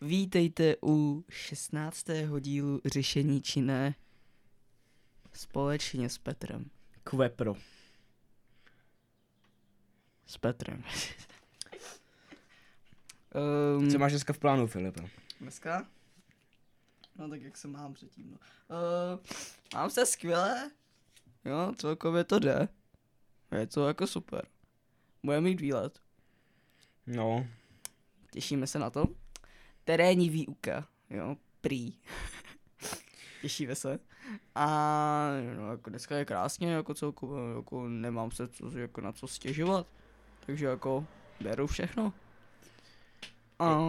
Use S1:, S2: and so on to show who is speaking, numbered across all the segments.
S1: Vítejte u 16. dílu Řešení či ne společně s Petrem.
S2: Kvepro.
S1: S Petrem.
S2: Co
S1: um,
S2: máš dneska v plánu, Filipe?
S1: dneska? No tak jak se mám předtím. No. Uh, mám se skvěle. Jo, celkově to jde. Je to jako super. Budeme mít výlet.
S2: No,
S1: Těšíme se na to. Terénní výuka, jo, prý. Těšíme se. A no, jako dneska je krásně, jako celkově, jako nemám se co, jako na co stěžovat. Takže jako beru všechno. A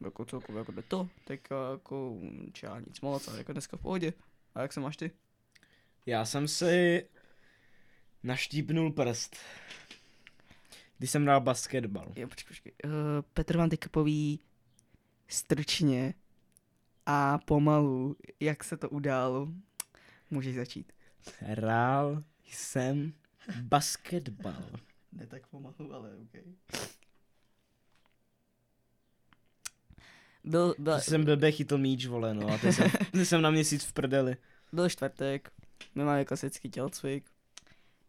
S1: jako celkově jako jde to, tak jako čá nic moc, ale jako dneska v pohodě. A jak se máš ty?
S2: já jsem si naštípnul prst. Když jsem hrál basketbal.
S1: Jo, počkej, počkej. Uh, Petr vám teďka poví stručně a pomalu, jak se to událo. Můžeš začít.
S2: Hrál jsem basketbal.
S1: Ne tak pomalu, ale OK. Byl, byl,
S2: Že jsem blbě chytl míč, vole, no. A teď jsem, teď jsem na měsíc v prdeli.
S1: byl čtvrtek, my máme klasický tělocvik.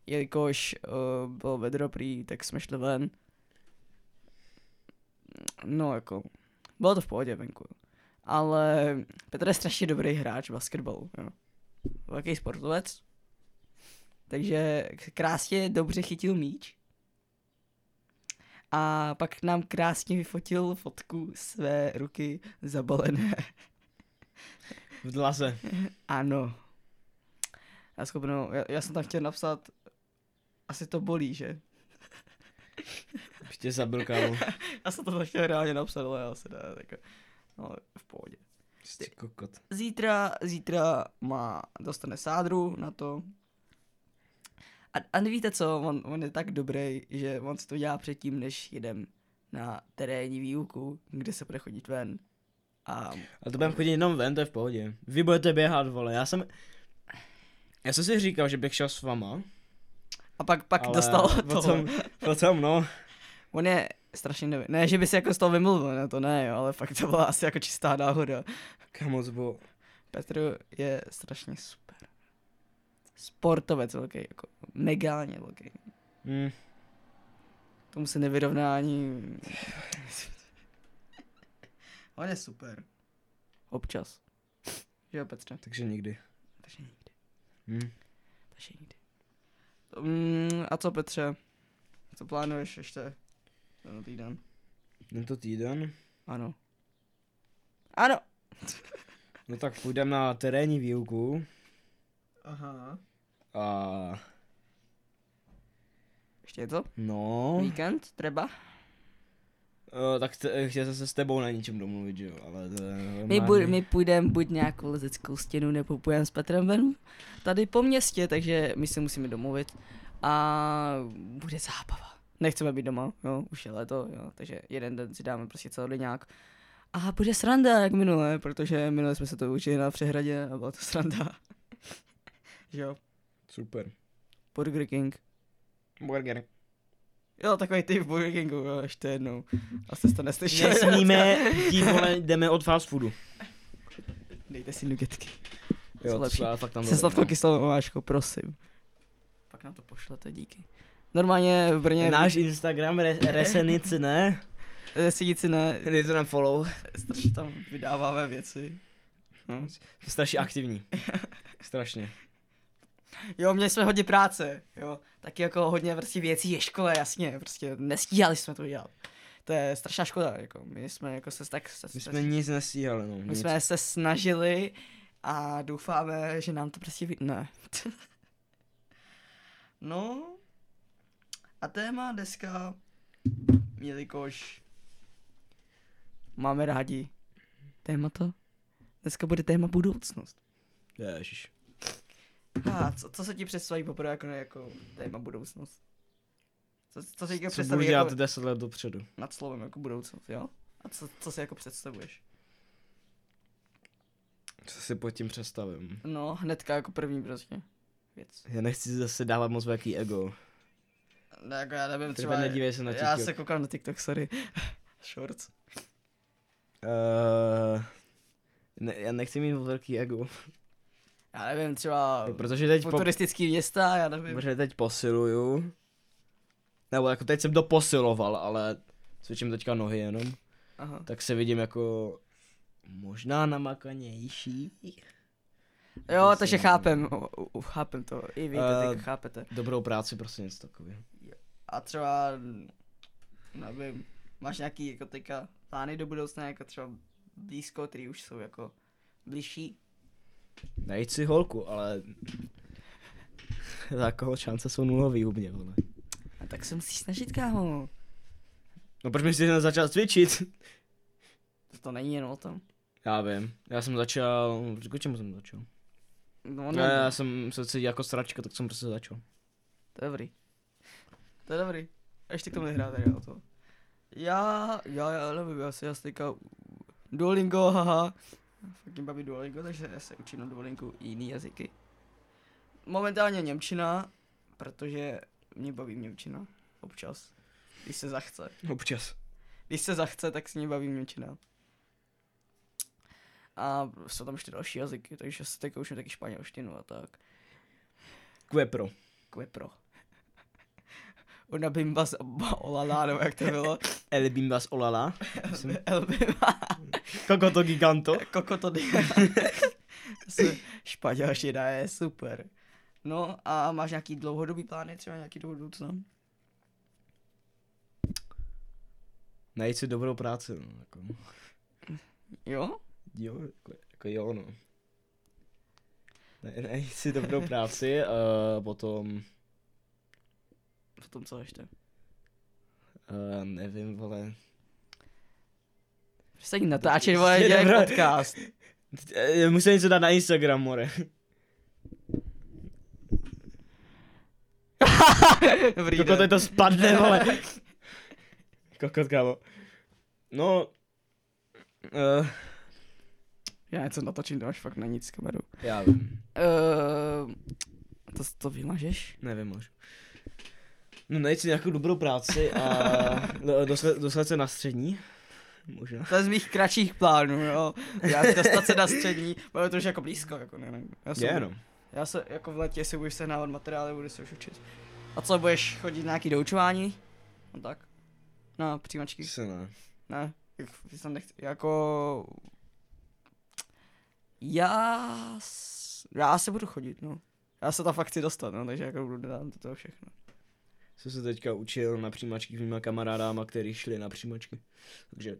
S1: Jelikož uh, bylo vedro prý, tak jsme šli ven. No jako, bylo to v pohodě venku. Ale Petr je strašně dobrý hráč basketbalu. Jo. Velký sportovec. Takže krásně dobře chytil míč. A pak nám krásně vyfotil fotku své ruky zabalené
S2: V dlaze.
S1: ano. Já, schopnou, já, já jsem tam chtěl napsat, asi to bolí, že?
S2: Už tě zabil, kámo.
S1: Já jsem to tam chtěl reálně napsat, ale já se dá, jako, no, v pohodě.
S2: Jsi Prostě kokot.
S1: Zítra, zítra má, dostane sádru na to. A, a nevíte co, on, on je tak dobrý, že on si to dělá předtím, než jedem na terénní výuku, kde se bude chodit ven. A
S2: A to budeme chodit jenom ven, to je v pohodě. Vy budete běhat, vole. Já jsem... Já jsem si říkal, že bych šel s vama.
S1: A pak, pak
S2: ale
S1: dostal to.
S2: Potom, potom, no.
S1: On je strašně nevím. Ne, že by si jako z toho vymluvil, ne, to ne, jo, ale fakt to byla asi jako čistá náhoda.
S2: Kámo, to bylo
S1: Petr je strašně super. Sportovec velký, jako megálně velký.
S2: Mm.
S1: Tomu se nevyrovná ani... On je super. Občas. Že jo, Petře?
S2: Takže nikdy.
S1: Takže nikdy, Hm.
S2: Mm.
S1: takže nikdy. Mm, a co, Petře? Co plánuješ ještě? Ten týden.
S2: Tento týden,
S1: Ano. Ano!
S2: no tak půjdeme na terénní výuku
S1: Aha.
S2: a
S1: Ještě je to?
S2: no,
S1: Víkend třeba?
S2: uh, tak t- chtěl jsem se s tebou na něčem domluvit, že jo, ale to je
S1: My,
S2: normální.
S1: bu- my půjdeme buď nějakou lezeckou stěnu, nebo půjdeme s Petrem ven tady po městě, takže my se musíme domluvit a bude zábava. Nechceme být doma, jo, už je léto, jo, takže jeden den si dáme prostě celý nějak. A bude sranda, jak minule, protože minule jsme se to učili na přehradě a byla to sranda. jo,
S2: Super.
S1: Burger King.
S2: Burger.
S1: Jo, takový ty v Burger Kingu, jo, ještě jednou. A jste to neslyšeli.
S2: Nesmíme, tí vole, jdeme od fast foodu.
S1: Dejte si nugetky. Jsou
S2: Jo, to
S1: lepší.
S2: jsou ale fakt tam
S1: Se
S2: dobré,
S1: sladkou
S2: no.
S1: kyselou omáčkou, prosím. Pak nám to pošlete, díky. Normálně v Brně Náš...
S2: Náš Instagram, re- resenic, ne?
S1: si ne,
S2: Dejte nám follow.
S1: strašně tam vydáváme věci. No.
S2: Strašně aktivní. Strašně.
S1: Jo, měli jsme hodně práce, jo. Taky jako hodně prostě věcí je škole, jasně, prostě nestíhali jsme to dělat. To je strašná škoda, jako my jsme jako se tak... Se,
S2: My jsme nic nestíhali, no.
S1: my
S2: Nic.
S1: jsme se snažili a doufáme, že nám to prostě vy... Ne. no. A téma dneska, jelikož máme rádi témata, dneska bude téma budoucnost.
S2: Ježiš.
S1: A co, co se ti představí poprvé jako, jako téma budoucnost? Co, co se ti
S2: Co budu
S1: představí
S2: dělat
S1: jako
S2: 10 let dopředu?
S1: nad slovem jako budoucnost, jo? A co, co si jako představuješ?
S2: Co si pod tím představím?
S1: No, hnedka jako první prostě věc.
S2: Já nechci zase dávat moc velký ego.
S1: Ne, jako já nevím,
S2: Třeba
S1: třeba...
S2: nedívej se na
S1: já
S2: TikTok.
S1: se koukám na TikTok, sorry. Shorts.
S2: Uh, ne, já nechci mít velký ego,
S1: Já nevím, třeba
S2: protože teď, po,
S1: futuristický města, já nevím.
S2: protože teď posiluju. Nebo jako teď jsem doposiloval, ale cvičím teďka nohy jenom.
S1: Aha.
S2: Tak se vidím jako možná namakanější.
S1: Jo,
S2: Asi
S1: takže
S2: ne.
S1: chápem, o- o- o- chápem to, i vy to
S2: Prostě no. Eh,
S1: teď chápete.
S2: Dobrou práci, prostě něco takového.
S1: A třeba, nevím, máš nějaký jako teďka plány do budoucna, jako třeba blízko, který už jsou jako blížší?
S2: Najít si holku, ale... Takovou šance jsou nulový u mě, vole.
S1: A tak se musíš snažit, kámo.
S2: No proč bych si hned začal cvičit?
S1: To, to není jen o tom.
S2: Já vím, já jsem začal, k čemu jsem začal?
S1: No,
S2: Ne,
S1: ne,
S2: já jsem se cítil jako sračka, tak jsem prostě začal.
S1: to je dobrý. To je dobrý. A ještě k tomu nehrá tady o to. Já, já, já nevím, já si já si teďka Duolingo, haha. Fucking baví Duolingo, takže já se učím na Duolingu i jiný jazyky. Momentálně Němčina, protože mě baví Němčina. Občas. Když se zachce.
S2: Občas.
S1: Když se zachce, tak se mě baví Němčina. A jsou tam ještě další jazyky, takže se teďka učím taky španělštinu a tak.
S2: Quepro.
S1: Quepro. Una bimba z ba- olala, nebo jak to bylo.
S2: El bimbas olala. Myslím.
S1: El bimba.
S2: Koko to giganto.
S1: Koko to Španělština je super. No a máš nějaký dlouhodobý plány, třeba nějaký do budoucna?
S2: Najít si dobrou práci, no, jako.
S1: Jo?
S2: Jo, jako, jako jo, no. Ne- Najít si dobrou práci a potom,
S1: Potom co ještě?
S2: uh, nevím, vole.
S1: Přestaň natáčet, vole,
S2: Je
S1: dělej
S2: dobré.
S1: podcast.
S2: Eh, Musím něco dát na Instagram, more.
S1: Dobrý
S2: Koko,
S1: den.
S2: teď Jako to spadne, vole. Kokot, kámo. No, uh,
S1: Já něco natočím, to máš fakt na nic s kamerou.
S2: já vím,
S1: Uh, to, to vymažeš?
S2: nevím už. No najít si nějakou dobrou práci a dostat se na střední, možná.
S1: To je z mých kratších plánů, jo. Já dostat se na střední, bylo to už jako blízko, jako ne, ne. Já jsem,
S2: Je, no.
S1: Já se jako v letě si budeš sehnávat materiály, budeš se už učit. A co, budeš chodit na nějaký doučování? No tak. Na přijímačky?
S2: Se ne.
S1: Ne. Jak- Já jsem nechci, jako... Já... s- Já se budu chodit, no. Já se tam fakt chci dostat, no, takže jako budu dát do toho všechno.
S2: Jsem se teďka učil na přijímačky s mýma kamarádama, který šli na přijímačky. Takže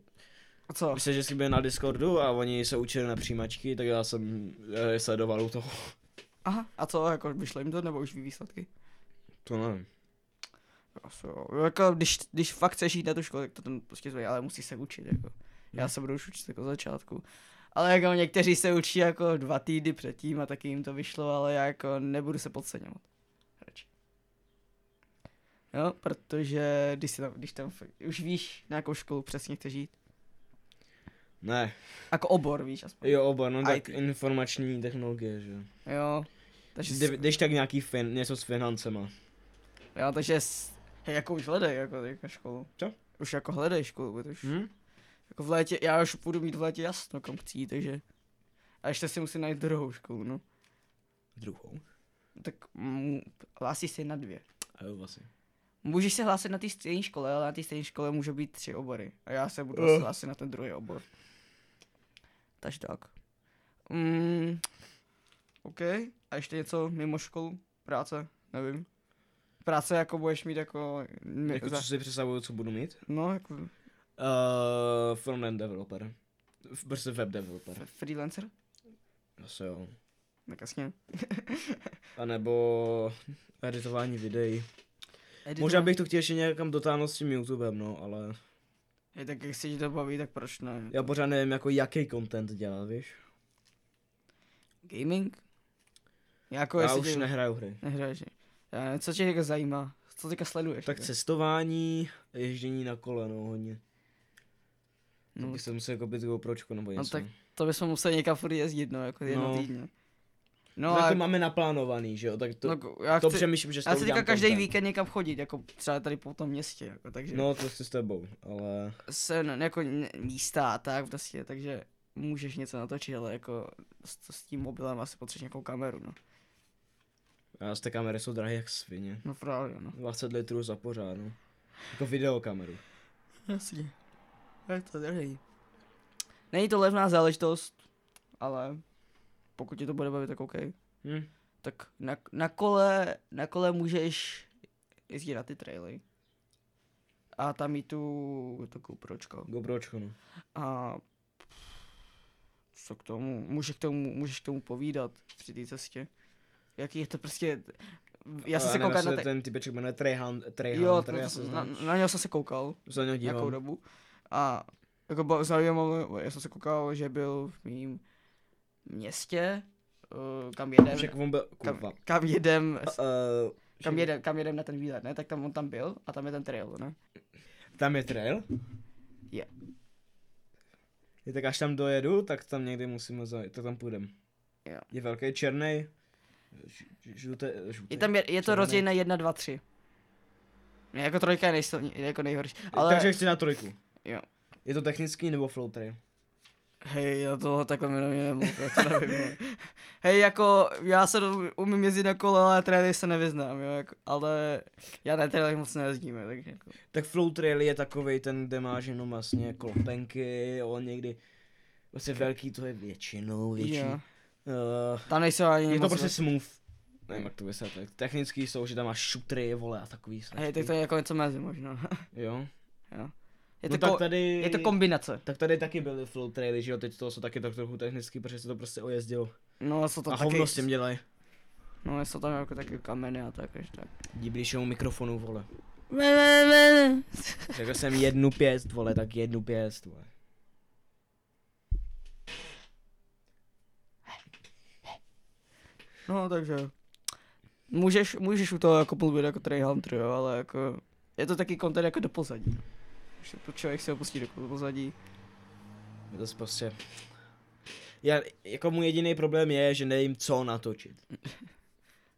S1: A co?
S2: myslím, že jsme byli na Discordu a oni se učili na přijímačky, tak já jsem je sledoval u toho.
S1: Aha, a co, jako vyšlo jim to, nebo už ví výsledky?
S2: To nevím.
S1: Asi jo. Jako, když, když fakt chceš jít na tu školu, tak to tam prostě zvej, ale musíš se učit, jako. Já
S2: Hmm.
S1: se budu už učit jako začátku. Ale jako někteří se učí jako dva týdny předtím a taky jim to vyšlo, ale já jako nebudu se podceňovat. Radši. Jo, protože když, si tam, když tam fakt- už víš, na jakou školu přesně chceš jít.
S2: Ne,
S1: Jako obor, víš aspoň.
S2: jo oba, no tak
S1: IT.
S2: informační technologie, že jo.
S1: Jo. Takže,
S2: Kdy- Když tak nějaký fin, něco s financema.
S1: jo, takže s- hej, jako už hledej jako, jako školu.
S2: Co?
S1: Už jako hledej školu, protože už
S2: Hm?
S1: Jako v létě, já už budu mít v létě jasno, kam chci jít, takže. A ještě si musím najít druhou školu, no.
S2: Druhou.
S1: Tak mm, hlásíš se na dvě.
S2: A jo, vlastně.
S1: Můžeš se hlásit na té stejné škole, ale na té stejné škole může být tři obory. A já se budu
S2: Eh.
S1: uh. hlásit na ten druhý obor. Takže tak. Mm, OK. A ještě něco mimo školu? Práce? Nevím. Práce jako budeš mít jako... Ne,
S2: Jako, co si představuju, co budu mít?
S1: No, jako
S2: Uh, frontend developer. V- Prostě web
S1: f-
S2: developer.
S1: freelancer?
S2: Asi jo.
S1: Tak jasně.
S2: A nebo editování videí. Možná bych to chtěl ještě někam dotáhnout s tím YouTubem, no, ale
S1: Je, tak jak se ti to baví, tak proč ne?
S2: já pořád nevím, jako jaký content dělat, víš?
S1: Gaming? Jako
S2: já
S1: jestli
S2: už
S1: tě...
S2: nehraju hry.
S1: nehraješ. Já nevím, co tě jako zajímá? Co teďka sleduješ?
S2: Tak
S1: jako?
S2: cestování, ježdění na kole, no, hodně. No.
S1: No,
S2: jako Bych se musel koupit GoPročku nebo
S1: no
S2: něco.
S1: tak to bychom museli někam furt jezdit, no, jako jedno
S2: No.
S1: týdně.
S2: No,
S1: No,
S2: tak
S1: a,
S2: to máme naplánovaný, že jo, tak to,
S1: no,
S2: no,
S1: k- já
S2: to
S1: chci,
S2: přemýšlím, že s
S1: já
S2: tou
S1: chci
S2: udělám
S1: teďka každý
S2: content.
S1: víkend někam chodit, jako třeba tady po tom městě, jako, takže no.
S2: No, to chci s tebou, ale
S1: jsem jako n- místa a tak prostě, takže můžeš něco natočit, ale jako s, s tím mobilem asi potřebuješ nějakou kameru, no.
S2: já z té kamery jsou drahé jak svině.
S1: No právě, no.
S2: 20 litrů za pořád, no. Jako videokameru.
S1: Jasně. Je to drahý. Není to levná záležitost, ale pokud tě to bude bavit, tak OK.
S2: Hm.
S1: Tak na, na, kole, na kole můžeš jezdit na ty traily. A tam mít tu, tu GoPročko.
S2: GoPročko, no.
S1: A co k tomu, může k tomu, můžeš k tomu povídat při té cestě. Jaký je to prostě, já jsem
S2: A
S1: se
S2: nevím,
S1: koukal
S2: jestli
S1: na te...
S2: ten typeček jmenuje Treyhan, Treyhan,
S1: Jo,
S2: Trey, já se
S1: na,
S2: znám.
S1: na něho jsem se koukal
S2: Za něho
S1: nějakou
S2: dívám.
S1: dobu. A jako bylo zajímavé, já jsem se koukal, že byl v mým městě, eh, kam jedem,
S2: Však on byl,
S1: kam,
S2: kurva.
S1: kam jedem, s-
S2: Eh,
S1: kam jedem, kam jedem na ten výlet, ne, tak tam on tam byl a tam je ten trail, ne.
S2: Tam je trail?
S1: Je.
S2: Je, tak až tam dojedu, tak tam někdy musíme zajít, tak tam půjdem.
S1: Jo.
S2: Je velký černý. Žluté, žluté.
S1: Je, tam je, je to
S2: Červený.
S1: rozdělené 1, 2, 3. Ne, jako trojka je nejsilní, je jako nejhorší, ale
S2: Takže chci na trojku.
S1: Jo.
S2: Je to technický nebo flow trail?
S1: hej, já toho takhle mi na mě nemluv, já to nevím. no. hej, jako, já se do, umím jezdit na kole, ale traily se nevyznám, jo, jako, ale já na trailech moc nejezdím, jo, takže jako.
S2: Tak flow trail je takový ten, kde máš jenom vlastně klopenky, on někdy vlastně velký, to je většinou, většinou.
S1: Jo.
S2: Uh,
S1: Tam nejsou ani
S2: je to
S1: moc
S2: prostě smooth. Nevím, jak to vysvětlit. Technický jsou, že tam máš šutry, vole, a takový
S1: Hej, tak to je jako něco mezi možná.
S2: Jo.
S1: Je to,
S2: no tak
S1: ko-
S2: tady...
S1: je to kombinace.
S2: Tak tady taky byly flow traily, že jo, teď to jsou taky tak trochu technicky, protože se to prostě ojezdilo.
S1: No, jsou to
S2: To a
S1: taky,
S2: hovno s tím dělají.
S1: no, jsou tam jako taky kameny a tak, až tak.
S2: Díblíš mu mikrofonu, vole. Řekl jsem jednu pěst, vole, tak jednu pěst, vole.
S1: No, takže. Můžeš, můžeš u toho jako mluvit jako Trayhunter, jo, ale jako, je to taky content jako do pozadí. Když se to člověk se opustí do pozadí.
S2: Je to prostě... Já, jako můj jediný problém je, že nevím, co natočit.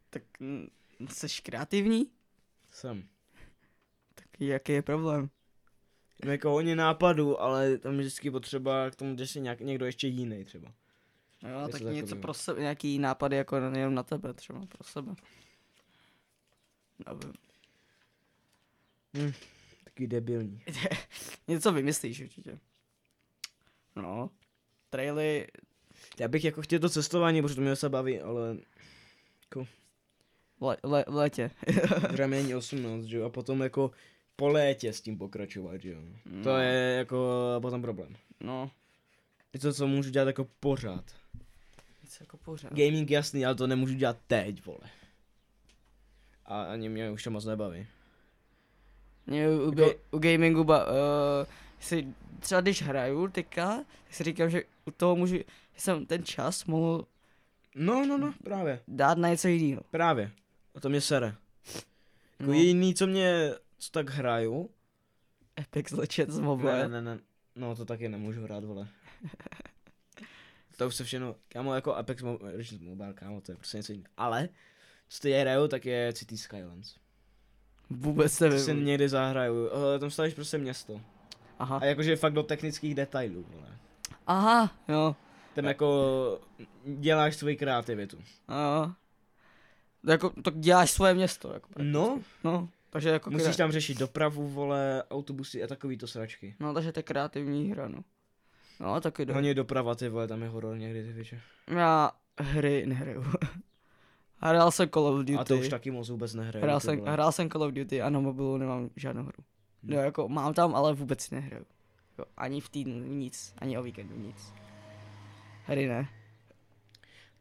S1: Tak mm, jsi kreativní?
S2: Jsem.
S1: Tak jaký je problém?
S2: Mám jako hodně nápadů, ale tam je vždycky potřeba k tomu, že si nějak, někdo ještě jiný třeba.
S1: No,
S2: Něco
S1: tak něco
S2: takovýho.
S1: pro sebe, nějaký nápady jako na- jenom na tebe, třeba pro sebe. Nevím.
S2: Taky debilní.
S1: Něco vymyslíš určitě. No. Traily,
S2: Já bych jako chtěl to cestování, protože to mě se baví, ale
S1: le, le, v létě.
S2: Protože mi není 18, že jo, a potom jako po létě s tím pokračovat, že jo. To
S1: No.
S2: je jako potom problém.
S1: No,
S2: Něco, co můžu dělat jako pořád.
S1: nic jako pořád.
S2: Gaming jasný, ale to nemůžu dělat teď, vole. A ani mě už to moc nebaví.
S1: Mě u, u,
S2: Jako-
S1: ga- u gamingu, ba, uh, si, třeba když hraju teďka, tak si říkám, že u toho můžu, že jsem ten čas mohl
S2: No, no, no, právě,
S1: dát na něco jiného.
S2: právě. A to mě sere. Jako
S1: No.
S2: jediný, co mě, co tak hraju.
S1: Apex Legends mobile.
S2: Ne, ne, ne, ne, no to taky nemůžu hrát, vole. to už se všechno, kámo, jako Apex Mo- Legends Mobile, kámo, to je prostě něco jiného. Ale, co teď hraju, tak je City Skylines.
S1: Vůbec
S2: To si
S1: nevím.
S2: někdy zahraju, ale tam stavíš prostě město.
S1: Aha.
S2: A jakože fakt do technických detailů, vole.
S1: Aha, jo.
S2: Tam jako děláš svoji kreativitu.
S1: Uh, jako, tak děláš svoje město. Jako,
S2: No,
S1: no, takže jako
S2: musíš
S1: kre-
S2: tam řešit dopravu, vole, autobusy a takovýto sračky.
S1: No, takže to je kreativní hra, no. No, taky dobrý.
S2: Hlavně doprava, ty vole, tam je horor někdy, ty věče.
S1: Já hry nehraju. Hrál jsem Call of Duty.
S2: A to už taky moc vůbec nehraju.
S1: hrál,
S2: ty
S1: jsem,
S2: vole.
S1: hrál jsem Call of Duty a na mobilu nemám žádnou hru.
S2: Hmm.
S1: No jako mám tam, ale vůbec si nehraju. Jo, ani v týdnu nic, ani o víkendu nic. Hry ne.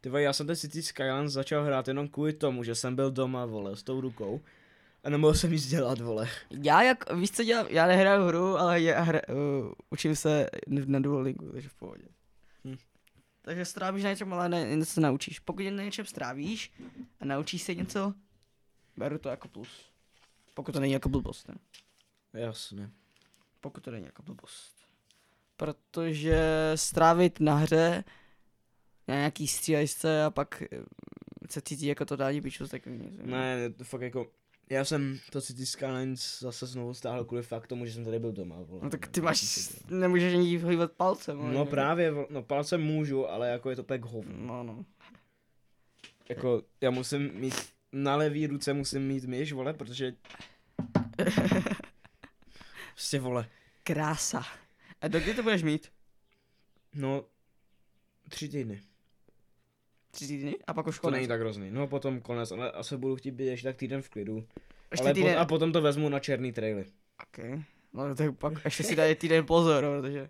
S2: Ty vole, já jsem ten City Skylines začal hrát jenom kvůli tomu, že jsem byl doma, vole, s tou rukou. A nemohl jsem nic dělat, vole.
S1: Já jak, víš co dělám, já nehraju hru, ale já hra, uh, učím se n- na Duolingu, takže v pohodě.
S2: Hm.
S1: Takže strávíš na něčem, ale ne, něco se naučíš. Pokud na něčem strávíš a naučíš se něco, beru to jako plus. Pokud to není jako blbost, ne?
S2: Jasně.
S1: Pokud to není jako blbost. Protože strávit na hře na nějaký střílejce a pak eh, se cítí jako totální pičus takový něco.
S2: Ne, to fakt jako, já jsem to City Skylines zase znovu stáhl kvůli fakt tomu, že jsem tady byl doma. Vole.
S1: No tak ty máš, nemůžeš ani hýbat palcem. ale- jako-
S2: No právě, vole, no palcem můžu, ale jako je to pek hovno.
S1: No, no.
S2: Jako, já musím mít, na levý ruce musím mít myš, vole, protože... Prostě, vole,
S1: Krása. A dokdy to budeš mít?
S2: no, tři týdny.
S1: Tři týdny? A pak už
S2: To není
S1: konec.
S2: tak hrozný. No potom konec, ale asi budu chtít být ještě tak týden v klidu.
S1: Ještě
S2: ale
S1: týden.
S2: Po, a potom to vezmu na černý traily.
S1: Okay. No tak pak ještě si dej týden pozor, no, protože...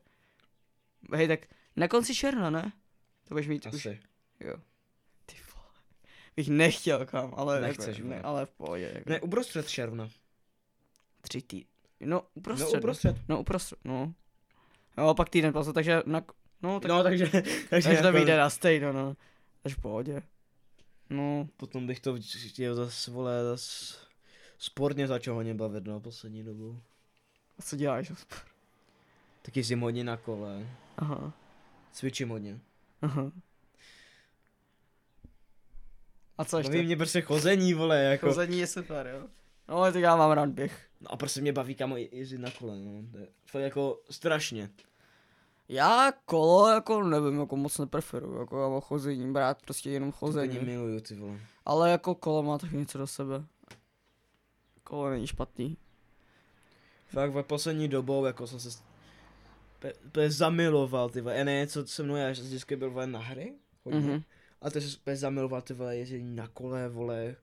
S1: Hej, tak na konci června, ne? To budeš mít už.
S2: Asi.
S1: Jo. Ty vole. Bych nechtěl kam, ale...
S2: Nechceš,
S1: jako, ne,
S2: vole.
S1: ale v pohodě. Jako.
S2: Ne, uprostřed června.
S1: Tři týdny. No, uprostřed.
S2: No, uprostřed.
S1: No, uprostřed, no. No, a pak týden pozor, takže na... No, tak
S2: No, takže... takže
S1: takže to
S2: jako-
S1: vyjde na stejno, no. Takže v pohodě. No,
S2: Potom bych to chtěl zase, vole, zase sportně začal hodně bavit, no, poslední dobou.
S1: a co děláš?
S2: Taky jezdím hodně na kole,
S1: Aha,
S2: cvičím hodně.
S1: aha. A co ještě?
S2: Baví mě prostě chození, vole, jako.
S1: Chození je super, jo. No, ale tak já mám rád běh.
S2: No a prostě mě baví kamo je- jezdit na kole, no. To je fakt jako strašně.
S1: Já kolo jako nevím, jako moc nepreferuju, jako já mám chození, brát prostě jenom
S2: Chození
S1: chození.
S2: miluju, ty vole.
S1: Ale jako kolo má taky něco do sebe. Kolo není špatný.
S2: Fakt v poslední dobou, jako jsem se s- pe, pe zamiloval, ty vole. Já ne, co se mnou, já jsem vždycky byl, vole, na hry. Hodně.
S1: Mhm.
S2: A teď jsem se pe zamiloval, ty vole, ježdění na kole, vole,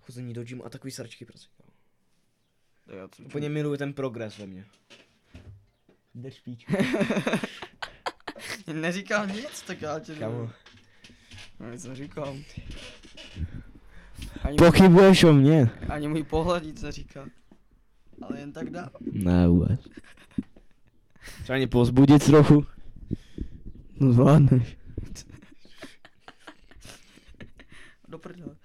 S2: chození do gymu a takový sračky, prostě. no. Úplně miluju ten progres ve mně. Drž píč.
S1: Neříkám nic, tak já tě...
S2: Kamo.
S1: No, nic neříkám. Ani,
S2: Pochybuješ o mě?
S1: ani můj pohled nic neříká. Ale jen tak dá.
S2: Ne, vůbec. Třeba mě pozbudit trochu.
S1: No zvládneš. Do prdele. Uh,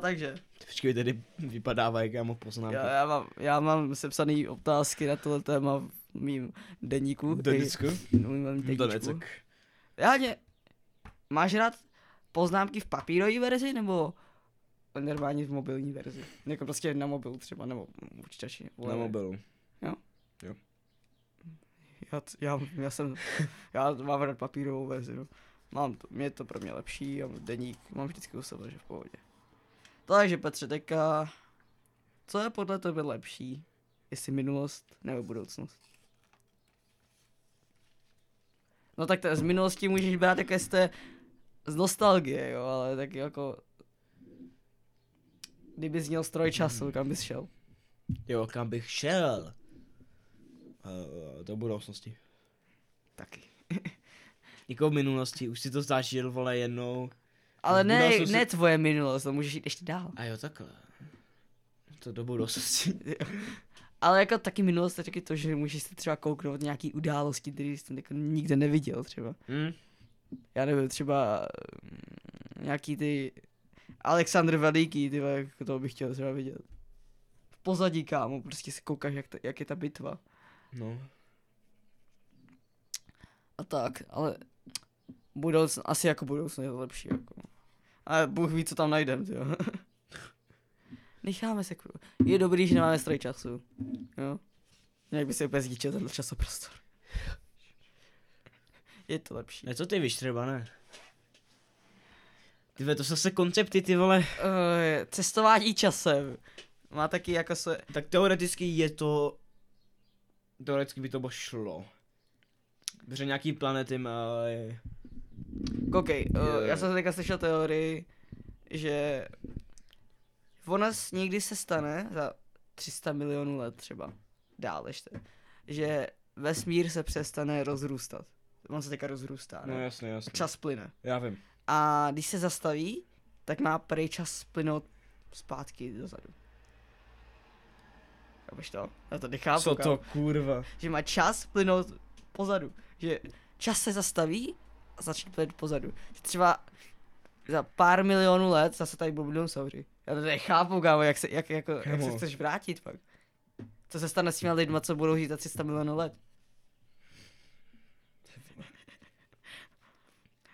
S1: takže,
S2: Počkej, tady vypadává, jak já mu poznám.
S1: já, já, mám, já mám sepsaný otázky na tohle téma v mým deníku.
S2: Donicku?
S1: i- v mém deníčku. Reálně, máš rád poznámky v papírové verzi, nebo normálně v mobilní verzi? Jako prostě na mobil třeba, nebo počítači.
S2: Na
S1: whatever.
S2: mobilu.
S1: Já, t- já, já jsem, já mám rád papírovou verzi, no. Mám to, mě je to pro mě lepší, já mám deník, mám vždycky u sebe, že v pohodě. Takže Petře, teďka, co je podle tebe lepší? Jestli minulost nebo budoucnost? No tak to z minulosti můžeš brát jako jste z nostalgie, jo, ale tak jako... Kdyby měl stroj času, kam bys šel?
S2: Jo, kam bych šel? Uh, do budoucnosti.
S1: Taky.
S2: Jako v minulosti, už si to zažil, vole, jednou.
S1: Ale ne,
S2: budoucnosti-
S1: ne tvoje minulost, to můžeš jít ještě dál.
S2: A jo, takhle. To do budoucnosti.
S1: Ale jako taky minulost, taky to, že můžeš si třeba kouknout nějaký události, které jsi jako nikde neviděl třeba.
S2: Hm?
S1: Já nevím, třeba mm, nějaký ty Alexandr Veliký, ty vole, jako to bych chtěl třeba vidět. V pozadí, kámo, prostě si koukáš, jak, ta, jak je ta bitva.
S2: No.
S1: A tak, ale budoucn, asi jako budoucnost je to lepší, jako. Ale Bůh ví, co tam najdem, jo. Necháme se, kurva. Je dobrý, že nemáme stroj času, jo. Nějak by se úplně zničil tenhle časoprostor. Je to lepší.
S2: Ne, co ty víš třeba, ne? Ty vole, to jsou zase koncepty, ty vole.
S1: Uh, cestování časem. Má taky jako se...
S2: Tak teoreticky je to... Teoreticky by to bo šlo. Protože nějaký planety má...
S1: Koukej, uh,
S2: Jo.
S1: já jsem teďka slyšel teorii, že... Ona s- někdy se stane za 300 milionů let třeba. Dál ještě. Že vesmír se přestane rozrůstat. On se teďka rozrůstá, ne?
S2: No, jasně, jasně.
S1: Čas plyne.
S2: Já vím.
S1: A když se zastaví, tak má prej čas plynout zpátky dozadu. Chápeš to? Já to nechápu.
S2: Co
S1: kámo
S2: to kurva?
S1: že má čas plynout pozadu, že čas se zastaví a začne plynout pozadu. Že třeba za pár milionů let zase tady budou dinosauři. Já to nechápu, kámo, jak se, jak, jako, jak se
S2: Kámo.
S1: chceš vrátit pak. Co se stane s těma lidma, co budou žít za 300 milionů let?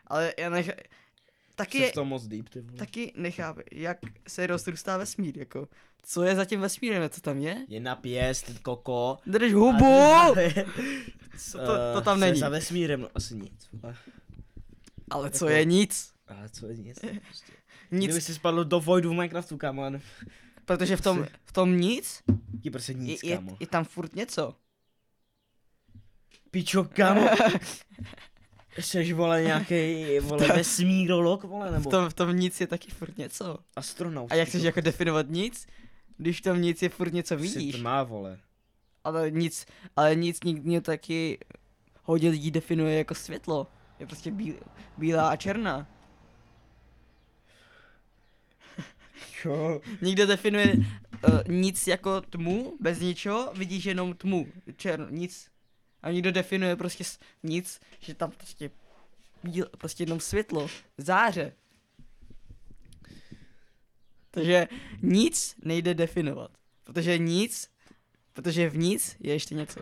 S1: Ale já, nech, taky,
S2: Jsi
S1: je,
S2: v tom moc deep, ty vole.
S1: taky nechápe, jak se rozrůstá vesmír, jako. Co je za tím vesmírem, co tam je?
S2: Jedna pěst, ty koko.
S1: Drž
S2: A
S1: hubu!
S2: ty-
S1: Co to, to
S2: Eh,
S1: tam
S2: co je
S1: není.
S2: Za vesmírem, no asi nic. vole.
S1: Ale co
S2: Jako-
S1: je nic?
S2: Ale co je nic? Prostě.
S1: Nic,
S2: Kdyby si spadl do Voidu v Minecraftu, kámo, a ne-
S1: protože v tom, v tom nic,
S2: ti prostě nic,
S1: je, je,
S2: kámo.
S1: je tam furt něco.
S2: Pičo, kámo. Jseš, vole, nějaký vole, vesmírolog, vole,
S1: V
S2: nebo
S1: tom, v tom nic je taky furt něco.
S2: astronaut.
S1: A jak
S2: pičo.
S1: chceš jako definovat nic, když tam nic je furt něco
S2: Jsi
S1: vidíš.
S2: Tmá, vole.
S1: Ale nic, ale nic nikdy taky hodně lidí definuje jako světlo. Je prostě bí, bílá a černá.
S2: Jo.
S1: Nikdo definuje uh, nic jako tmu, bez ničeho, vidíš jenom tmu, černo, nic. A nikdo definuje prostě s- nic, že tam prostě bíl, prostě jenom světlo, záře. Takže nic nejde definovat, protože nic, protože v nic je ještě něco.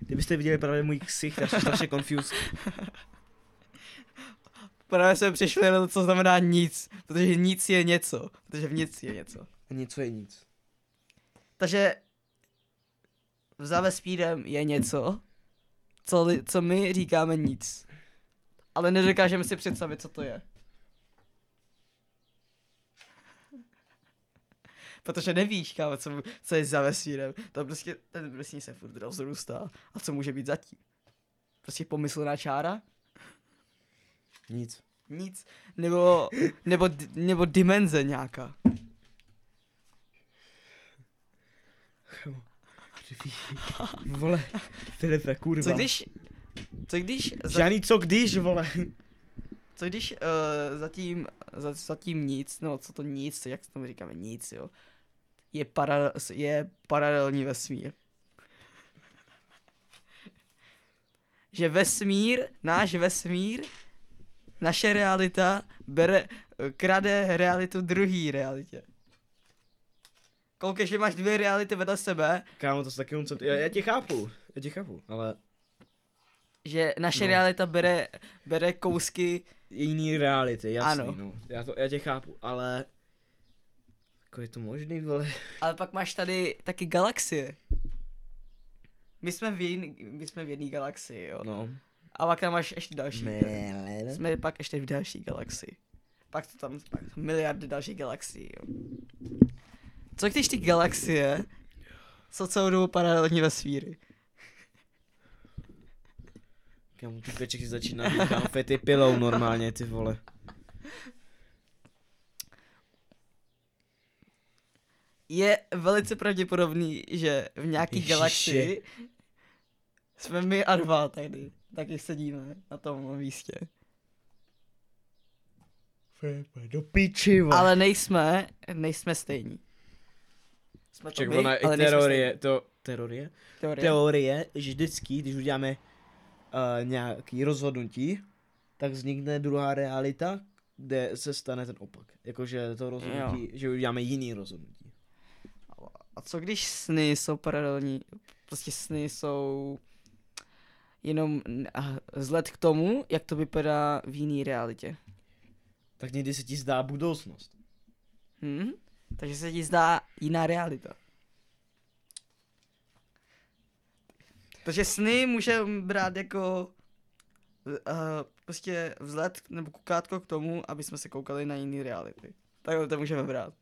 S2: Kdybyste viděli právě můj ksich, já jsem strašně confused.
S1: Právě jsme přišli na to, co znamená nic, protože nic je něco, protože v nic je něco.
S2: A něco je nic.
S1: Takže za vesmírem je něco, co, li- co my říkáme nic. Ale nedokážeme si představit, co to je. Protože nevíš, kámo, co, co je za vesmírem. To prostě, ten vesmír se furt rozrůstá. A co může být zatím? Prostě pomyslná čára?
S2: Nic.
S1: Nic. Nebo, nebo, di- nebo dimenze nějaká.
S2: Vole, tyhle ta kurva.
S1: Co když, co když za
S2: Žádný co když, vole.
S1: Co když uh, zatím, za, zatím nic, no co to nic, jak tomu říkáme, nic, jo, je, para, je paralelní vesmír. Že vesmír, náš vesmír, naše realita bere, eh, krade realitu druhý realitě. Koukej, že máš dvě reality vedle sebe,
S2: Kámo, to je taky koncept. Já, já tě chápu, já tě chápu, ale
S1: že naše
S2: No.
S1: no. realita bere, bere kousky,
S2: je jiný reality, jasný, ano.
S1: Ano.
S2: no. Já, to, já tě chápu, ale... Jako je to možný, vole.
S1: ale pak máš tady taky galaxie. My jsme v, jin, my jsme v jedné galaxii, jo.
S2: No.
S1: A pak tam máš ještě další. Jsme pak ještě v další galaxii. Pak to tam pak jsou miliardy dalších galaxií, jo. Co když ty galaxie jsou celou dobu paralelní vesmíry?
S2: Kámo, ty peček si začíná být, kámo, fety pilou normálně, ty vole.
S1: Je velice pravděpodobný, že v nějaký
S2: Ježiši.
S1: galaxii jsme my a dva tady. Taky sedíme na tom místě.
S2: Do piči, vole.
S1: Ale nejsme, nejsme stejní. Jsme to
S2: Ček,
S1: my,
S2: ona i
S1: ale nejsme
S2: teorie, to, teorie?
S1: stejní. Teorie.
S2: Teorie, že vždycky, když uděláme uh, nějaký rozhodnutí, tak vznikne druhá realita, kde se stane ten opak. Jakože to rozhodnutí, jo. že uděláme jiný rozhodnutí.
S1: A co když sny jsou paralelní? Prostě sny jsou jenom n- a vzhled k tomu, jak to vypadá v jiný realitě.
S2: Tak někdy se ti zdá budoucnost.
S1: Hm? Takže se ti zdá jiná realita. Takže sny můžeme brát jako uh, prostě vzhled k- nebo kukátko k tomu, aby jsme se koukali na jiný reality. Takhle to můžeme brát.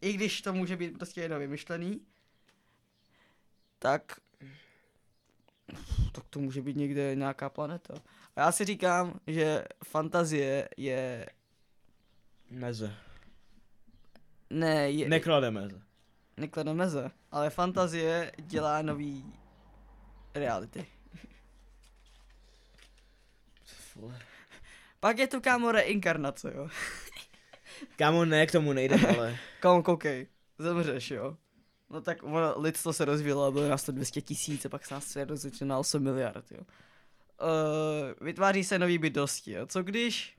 S1: I když to může být prostě jenom vymyšlený, tak tak to může být někde nějaká planeta. A já si říkám, že fantazie je...
S2: Meze.
S1: Ne, je,
S2: Neklade meze.
S1: neklade meze, ale fantazie dělá nový reality.
S2: Vole.
S1: Pak je tu kámo reinkarnace, jo.
S2: Kámo, ne, k tomu nejde, ale
S1: Kámo, koukej, zemřeš, jo. No tak ono, lidstvo se rozvíjelo a bylo nás to 200 tisíc a pak se nás svět rozvětšil na 8 miliard, jo. Uh, vytváří se nový bytosti, jo. Co když...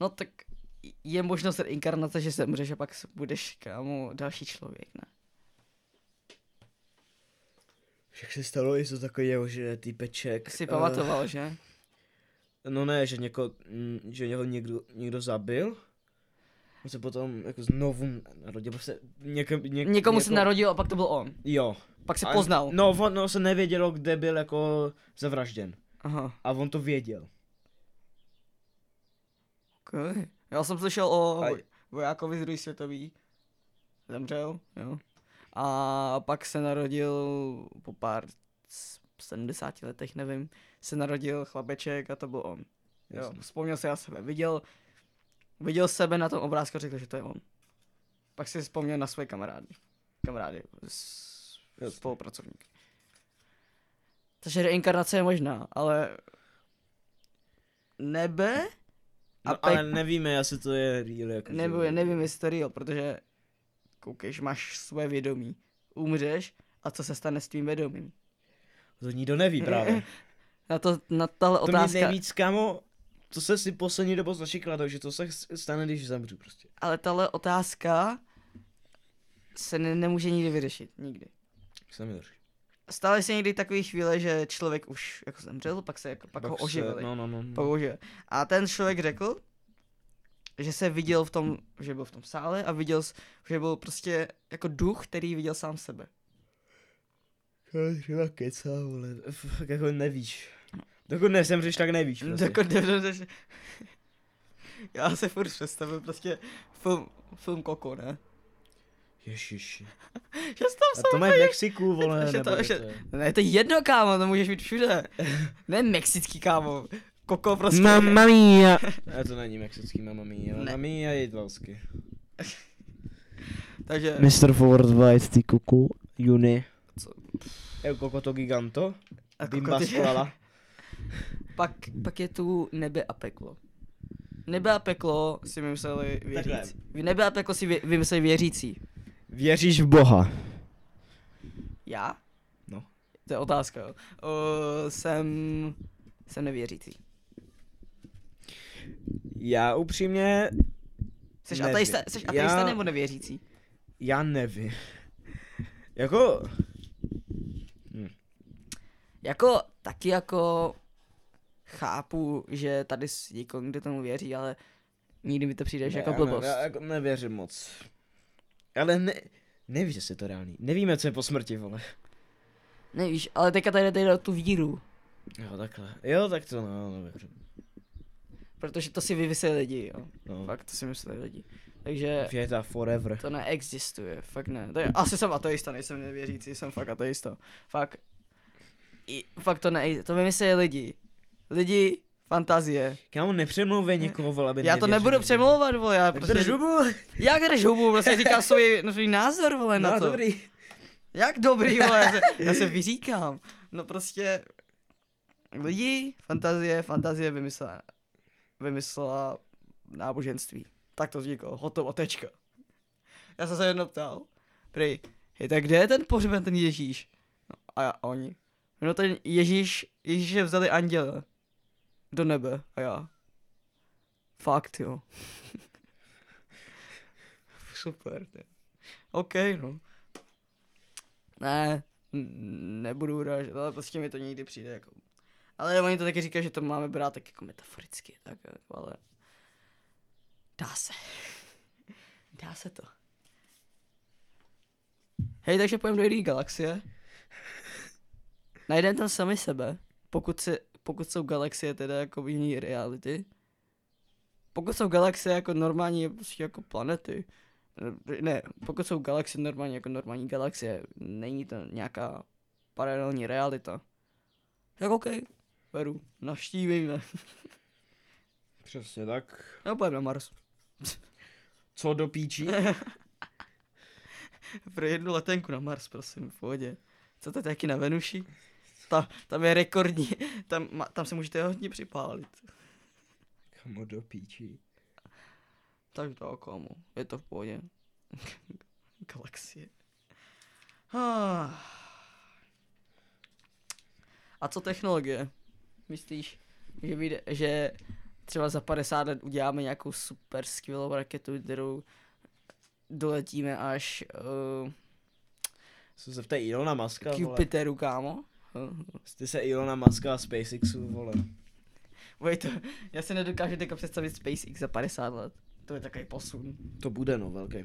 S1: No tak je možnost reinkarnace, že zemřeš a pak s- budeš, kámo, další člověk, ne?
S2: však se stalo i co takového, že týpeček...
S1: Si
S2: eh,
S1: pamatoval, že?
S2: No ne, že, něko, mm, že něho někdo, někdo zabil. On se potom jako znovu narodil. Prostě někem, něk,
S1: Někomu se
S2: něko-
S1: narodil a pak to byl on.
S2: Jo.
S1: Pak se
S2: A-
S1: poznal.
S2: No, on, no, se nevědělo, kde byl jako zavražděn.
S1: Aha,
S2: A on to věděl.
S1: okay. Já jsem slyšel o
S2: A-
S1: voj- vojákovi z druhé světový. Zemřel, jo. A pak se narodil po pár s- 70 letech, nevím, se narodil chlapeček a to byl on. Jo,
S2: Jasně.
S1: vzpomněl se na sebe, viděl, viděl sebe na tom obrázku a řekl, že to je on. Pak si vzpomněl na své kamarády. Kamarády, s-
S2: Jasně.
S1: spolupracovníky. Takže reinkarnace je možná, ale nebe a
S2: No, ale nevíme, jestli to je real. Jako, že-
S1: nebo je, nevím, jestli to real, protože koukej, máš své vědomí. Umřeš a co se stane s tvým vědomím?
S2: To nikdo neví právě.
S1: Na, to, na tahle
S2: To mě
S1: otázka,
S2: nejvíc, kámo, to se si poslední dobou zašikla, takže to se s- stane, když zemřu prostě.
S1: ale tahle otázka se ne, nemůže nikdy vyřešit, nikdy.
S2: Jsem jir.
S1: Stále se někdy takové chvíle, že člověk už jako zemřel, pak se jako, pak, pak ho oživili.
S2: Se, no, no, no. no.
S1: Pak ho oživili. A ten člověk řekl, že se viděl v tom, že byl v tom sále a viděl, s- že byl prostě jako duch, který viděl sám sebe.
S2: Já třeba kecá, vole. Fakt jako nevíš.
S1: No.
S2: Dokud nezemřeš, tak nevíš. Prostě.
S1: Jako nevím, Já se furt představuju prostě film, film Koko, ne?
S2: Ježiši.
S1: Že jsi tam
S2: A
S1: sám
S2: to mají v Mexiku, vole,
S1: jako- že
S2: nebo
S1: to-
S2: to,
S1: že-
S2: to je.
S1: Ne, to je jedno, kámo, to můžeš být všude. Ne mexický, kámo. Koko prostě.
S2: No, mia. A to není mexický mamma mia.
S1: Ne.
S2: Mamma mia je italsky.
S1: Takže,
S2: Mr. Worldwide, ty kuku. Juni.
S1: Co?
S2: Eu kokoto giganto.
S1: a Coco,
S2: Bimba
S1: ty-
S2: skolala.
S1: pak, pak je tu nebe a peklo. Nebe a peklo si vymysleli věřící. V Nebe a peklo si vě, vymysleli věřící.
S2: Věříš v Boha?
S1: Já?
S2: No.
S1: To je otázka, jo. Uh, jsem, jsem nevěřící.
S2: Já upřímně,
S1: Jsi
S2: Nevím.
S1: ateista, jsi ateista
S2: Já-
S1: nebo nevěřící?
S2: já nevím. Jako,
S1: Jako, taky jako chápu, že tady s- někoho, kdo tomu věří, ale nikdy mi to přijde, že jako
S2: já ne-
S1: blbost.
S2: Já jako nevěřím moc. Ale ne, nevíš, jestli je to reálný. Nevíme, co je po smrti, vole.
S1: Nevíš, ale teďka tady jde o tu víru,
S2: Jo, takhle. Jo, tak to no, nevěřím.
S1: protože to si vyvisí lidi, jo.
S2: No.
S1: Fakt, to si myslí lidi. Takže
S2: Věta forever.
S1: to neexistuje, fakt ne. To je, asi jsem ateista, nejsem nevěřící, jsem fakt ateista. Fakt, i, fakt to ne, to vymyslí lidi. Lidi, fantazie.
S2: Kámo, nepřemlouvej někoho, vole, aby
S1: Já to
S2: nevěřil.
S1: nebudu přemlouvat, vole, já
S2: Tak
S1: prostě...
S2: Drž hubu.
S1: Jak drž hubu, prostě říkám svůj, svůj názor, vole, na
S2: No,
S1: to.
S2: dobrý.
S1: Jak dobrý, vole, já se, já se vyříkám. No prostě, lidi, fantazie, fantazie vymyslela, vymyslela náboženství. Tak to vzniklo, hotovo, tečka. Já jsem se jedno ptal, prý, hej, tak kde je ten pohřben, ten Ježíš? No, a, já, a oni, no ten Ježíš, Ježíše vzali anděle do nebe, a já. Fakt, jo. Super, ty. OK, no. Ne, n- nebudu urážet, ale prostě mi to někdy přijde jako. Ale oni to taky říkají, že to máme brát tak jako metaforicky, tak jako, ale dá se. Dá se to. Hej, takže pojďme do jiné galaxie. Najdeme tam sami sebe, pokud, se, pokud jsou galaxie teda jako jiný reality. Pokud jsou galaxie jako normální, prostě jako planety, Eh, ne, pokud jsou galaxie normální jako normální galaxie, není to nějaká paralelní realita. Tak OK, beru, navštívíme.
S2: Přesně tak.
S1: No pojedeme na Mars.
S2: Co do píčí?
S1: Pro jednu letenku na Mars, prosím, v pohodě. Co to je taky na Venuši? Ta, tam je rekordní, tam, ma- tam se můžete hodně připálit.
S2: Kamo do píčí.
S1: Tak to komu, je to v pohodě. Galaxie. Ah. A co technologie? Myslíš, že, vyjde, že třeba za 50 let uděláme nějakou super skvělou raketu, kterou doletíme až uh,
S2: Co se ptej Ilona Maska,
S1: k
S2: vole.
S1: Jupiteru, kámo? Hm.
S2: Ty se Ilona Maska a SpaceXu, vole.
S1: Bude to, já si nedokážu teďka představit SpaceX za 50 let. To je takový posun.
S2: To bude no velký.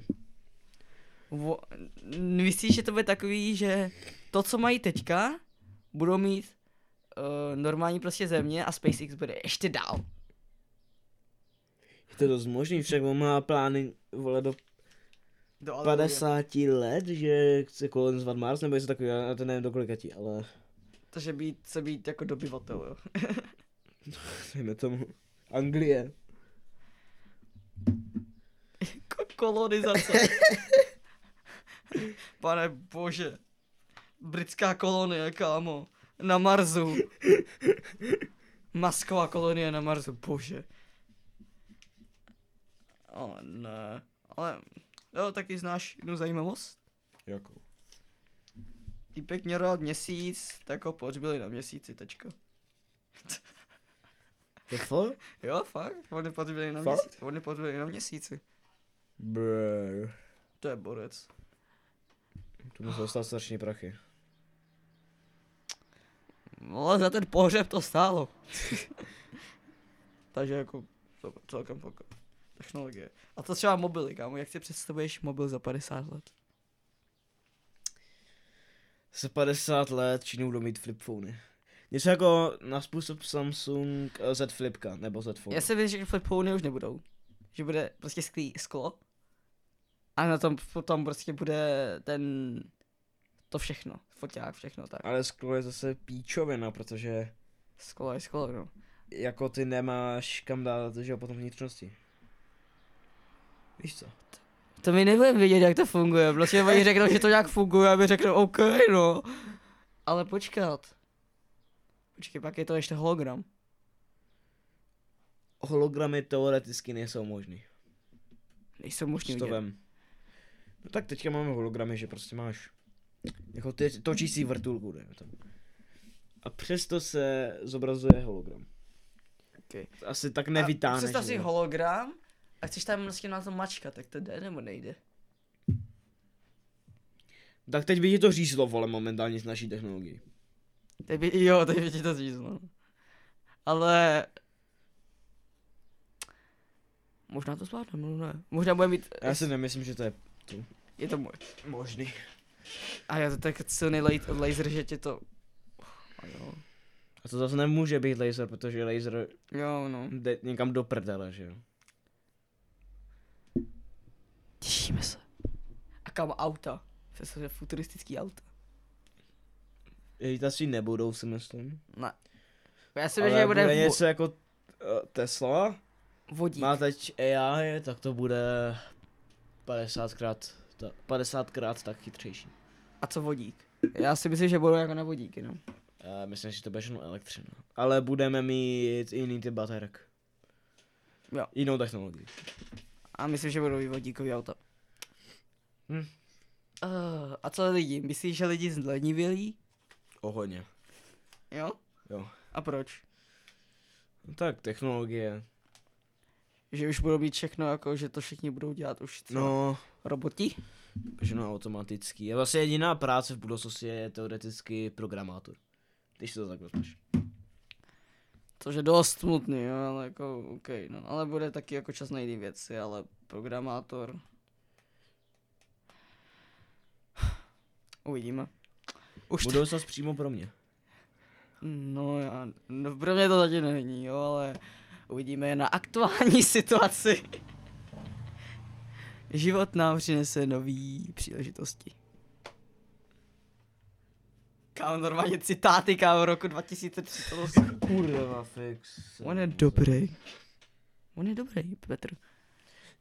S1: Vo, n- myslíš, že to bude takový, že to, co mají teďka, budou mít uh, normální prostě země a SpaceX bude ještě dál.
S2: Je to dost možný, však on má plány vole do
S1: Do Albury.
S2: 50 let, že chce kolonizovat Mars, nebo něco takového, já to nevím do kolika ti, ale
S1: Takže být, se být jako dobyvatel, jo.
S2: dejme tomu. Anglie.
S1: Ko- kolonizace. Pane bože. Britská kolonie, kámo. Na Marsu. Masková kolonie na Marsu, bože. O ne, ale jo, taky znáš jednu zajímavost?
S2: Jakou?
S1: Týpek měl rád měsíc, tak ho pohřbili na měsíci, tečka.
S2: To fakt?
S1: Jo, fakt, oni pohřbili na
S2: Fakt?
S1: měsíci. Oni pohřbili na měsíci.
S2: Brr.
S1: To je borec.
S2: To musel stát strašně prachy.
S1: No, ale za ten pohřeb to stálo. Takže jako to- celkem pokud. Technologie. A to třeba mobily, kámo. Jak si představuješ mobil za 50 let?
S2: Se 50 let Čínu budou mít flipfony. Něco jako na způsob Samsung eh, Z Flipka, nebo Z Fold.
S1: Já si myslím, že flip phony už nebudou. Že bude prostě sklí, sklo. A na tom potom prostě bude ten... To všechno. Foťák, všechno tak.
S2: Ale sklo je zase píčovina, protože
S1: Sklo je sklo, no.
S2: jako ty nemáš kam dát, že jo, potom vnitřnosti. Víš co?
S1: To mi nebudeme vědět, jak to funguje. Prostě oni řeknou, že to nějak funguje a my řeknou OK, no. Ale počkat. Počkej, pak je to ještě hologram.
S2: Hologramy teoreticky nejsou možný.
S1: Nejsem možný
S2: Co to
S1: vidět.
S2: vem. No tak teďka máme hologramy, že prostě máš. Jako ty točíš si vrtulku, dejme tomu. A přesto se zobrazuje hologram.
S1: Okay.
S2: Asi tak nevytáhneš.
S1: Představ si
S2: vole.
S1: hologram a chceš tam prostě na to mačka, tak to jde nebo nejde?
S2: Tak teď by ti to řízlo, vole, momentálně s naší technologií.
S1: Teď by, jo, teď by ti to zvízlo. Ale... Možná to zvládnu, no ne. Možná bude mít...
S2: Já si nemyslím, že to je
S1: Je to můj.
S2: možný.
S1: A já to tak silný late, laser, že tě to... A jo.
S2: A to zase nemůže být laser, protože laser
S1: Jo, no.
S2: jde někam do prdele, že jo.
S1: Těšíme se. A kam auta? Přesně futuristický auta.
S2: Jít asi nebudou, si myslím.
S1: Ne. Já si
S2: Ale
S1: myslím, že bude,
S2: bude
S1: bude
S2: něco jako eh, Tesla.
S1: vodík.
S2: Má teď AI, tak to bude 50 krát, ta, 50 krát tak chytřejší.
S1: A co vodík? Já si myslím, že budou jako na vodíky, no.
S2: Uh, myslím, že to bude jenom elektřina. Ale budeme mít jiný typ baterek.
S1: Jo.
S2: Jinou technologii.
S1: A myslím, že budou i vodíkový auta.
S2: Hm.
S1: Uh, Eh, a co lidi? Myslíš, že lidi zlenivělí?
S2: Ohodně.
S1: Jo?
S2: Jo.
S1: A proč?
S2: No tak, technologie.
S1: Že už budou mít všechno, jako, že to všichni budou dělat už třeba no.
S2: No,
S1: roboti?
S2: všechno automatický. A vlastně jediná práce v budoucnosti je teoreticky programátor. Když to tak vezmeš.
S1: Což je dost smutný, jo, ale jako, OK, no. Ale bude taky jako čas na jiný věci, ale programátor... Uvidíme. Už to...
S2: Budoucnost přímo pro mě.
S1: No, já... no, pro mě to zatím není, jo, ale uvidíme na aktuální situaci. Život nám přinese nový příležitosti. Kámo, normálně citáty, kámo, roku 2038.
S2: Kurva, fix.
S1: On je dobrý. On je dobrý, Petr.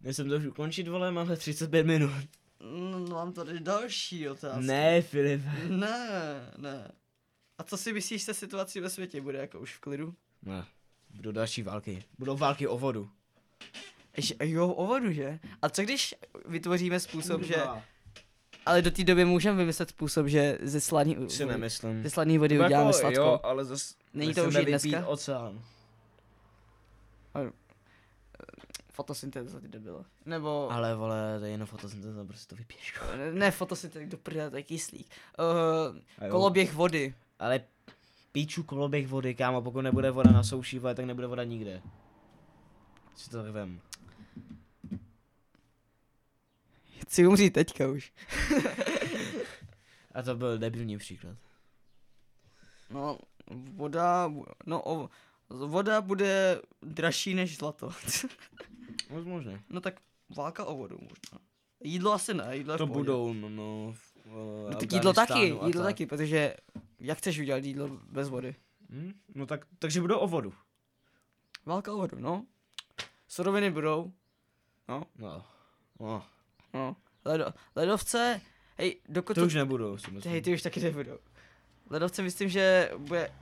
S2: Nejsem to už ukončit, vole, máme 35 minut.
S1: No, mám tady další otázku.
S2: Ne, Filip.
S1: Ne, ne. A co si myslíš, se situací ve světě bude jako už v klidu?
S2: Ne. Budou další války. Budou války o vodu.
S1: Že, jo, o vodu, že? A co když vytvoříme způsob, že... Ale do té doby můžeme vymyslet způsob, že ze slaný,
S2: Si nemyslím. Jako No
S1: ze slaný vody uděláme sladkou.
S2: Jo, ale zase...
S1: Není to už i dneska?
S2: oceán.
S1: Fotosyntéza ty debila. Nebo...
S2: Ale vole, to je jenom fotosyntéza, prostě to vypiješ.
S1: Ne, fotosyntéza, do prdele, to je kyslík. Uh, koloběh Eh, vody.
S2: Ale píču koloběh vody, kámo, pokud nebude voda na souši, vole, tak nebude voda nikde. Si to tak vem.
S1: Chci umřít teďka už.
S2: A to byl debilní příklad.
S1: No, voda, bu- no, o, voda bude dražší než zlato.
S2: No, možná.
S1: no tak válka o vodu možná. Jídlo asi ne, jídlo je v
S2: To
S1: pohodě.
S2: budou, no, no, v, eh,
S1: No, tak jídlo taky,
S2: Afghánistánu a
S1: jídlo
S2: tak.
S1: taky, protože jak chceš udělat jídlo bez vody?
S2: Hm? No tak, takže budou o vodu.
S1: Válka o vodu, no. Suroviny budou,
S2: No. no.
S1: no. Ledo, ledovce, hej, dokud
S2: To už nebudou, si myslím.
S1: Hej, ty už taky nebudou. Ledovce myslím, že bude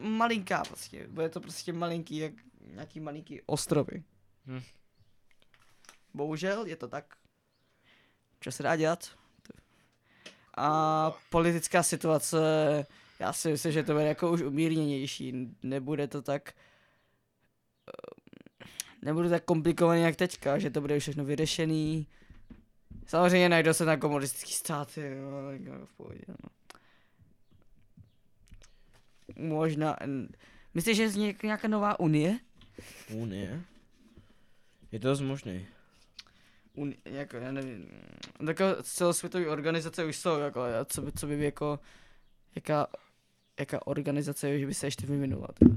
S1: malinká prostě. Bude to prostě malinký, jak nějaký malinký ostrovy.
S2: Hm.
S1: Bohužel je to tak. Co se dá dělat? To- A politická situace, já si myslím, že to bude jako už umírněnější. Nebude to tak eh, nebude tak komplikovaný jak teďka, že to bude všechno vyřešený. Samozřejmě najdou se na komunistický státy, jo, ale jako v pohodě, no. Možná, n- myslíš, že vznikne nějaká nová unie?
S2: Unie. Je to dost možný.
S1: unie jako, já nevím, takové celosvětové organizace už jsou, jako, a co by, co by jako, jaká, jaká organizace že by se ještě vyvinula. teda.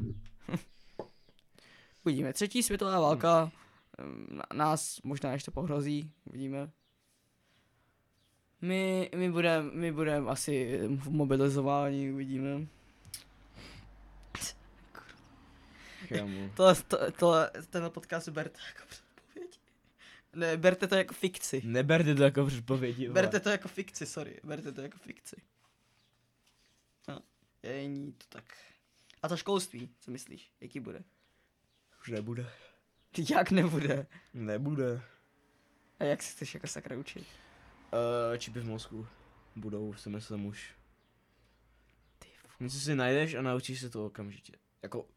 S1: Uvidíme, třetí světová válka em, na- nás možná ještě pohrozí, uvidíme. My, my budeme my budem asi em, mobilizováni, uvidíme.
S2: Kámo.
S1: To, to, to, tenhle podcast berte jako předpověď. Ne, berte to jako fikci.
S2: Neberte to jako předpovědi. vole.
S1: Berte to jako fikci, sorry. Berte to jako fikci. No, není to tak. A to školství, co myslíš? Jaký bude?
S2: Už nebude.
S1: Jak nebude?
S2: Nebude.
S1: A jak se chceš jako sakra učit?
S2: Uh, čipy v mozku. Budou, si myslím už. Něco si najdeš a naučíš se to okamžitě. Jako,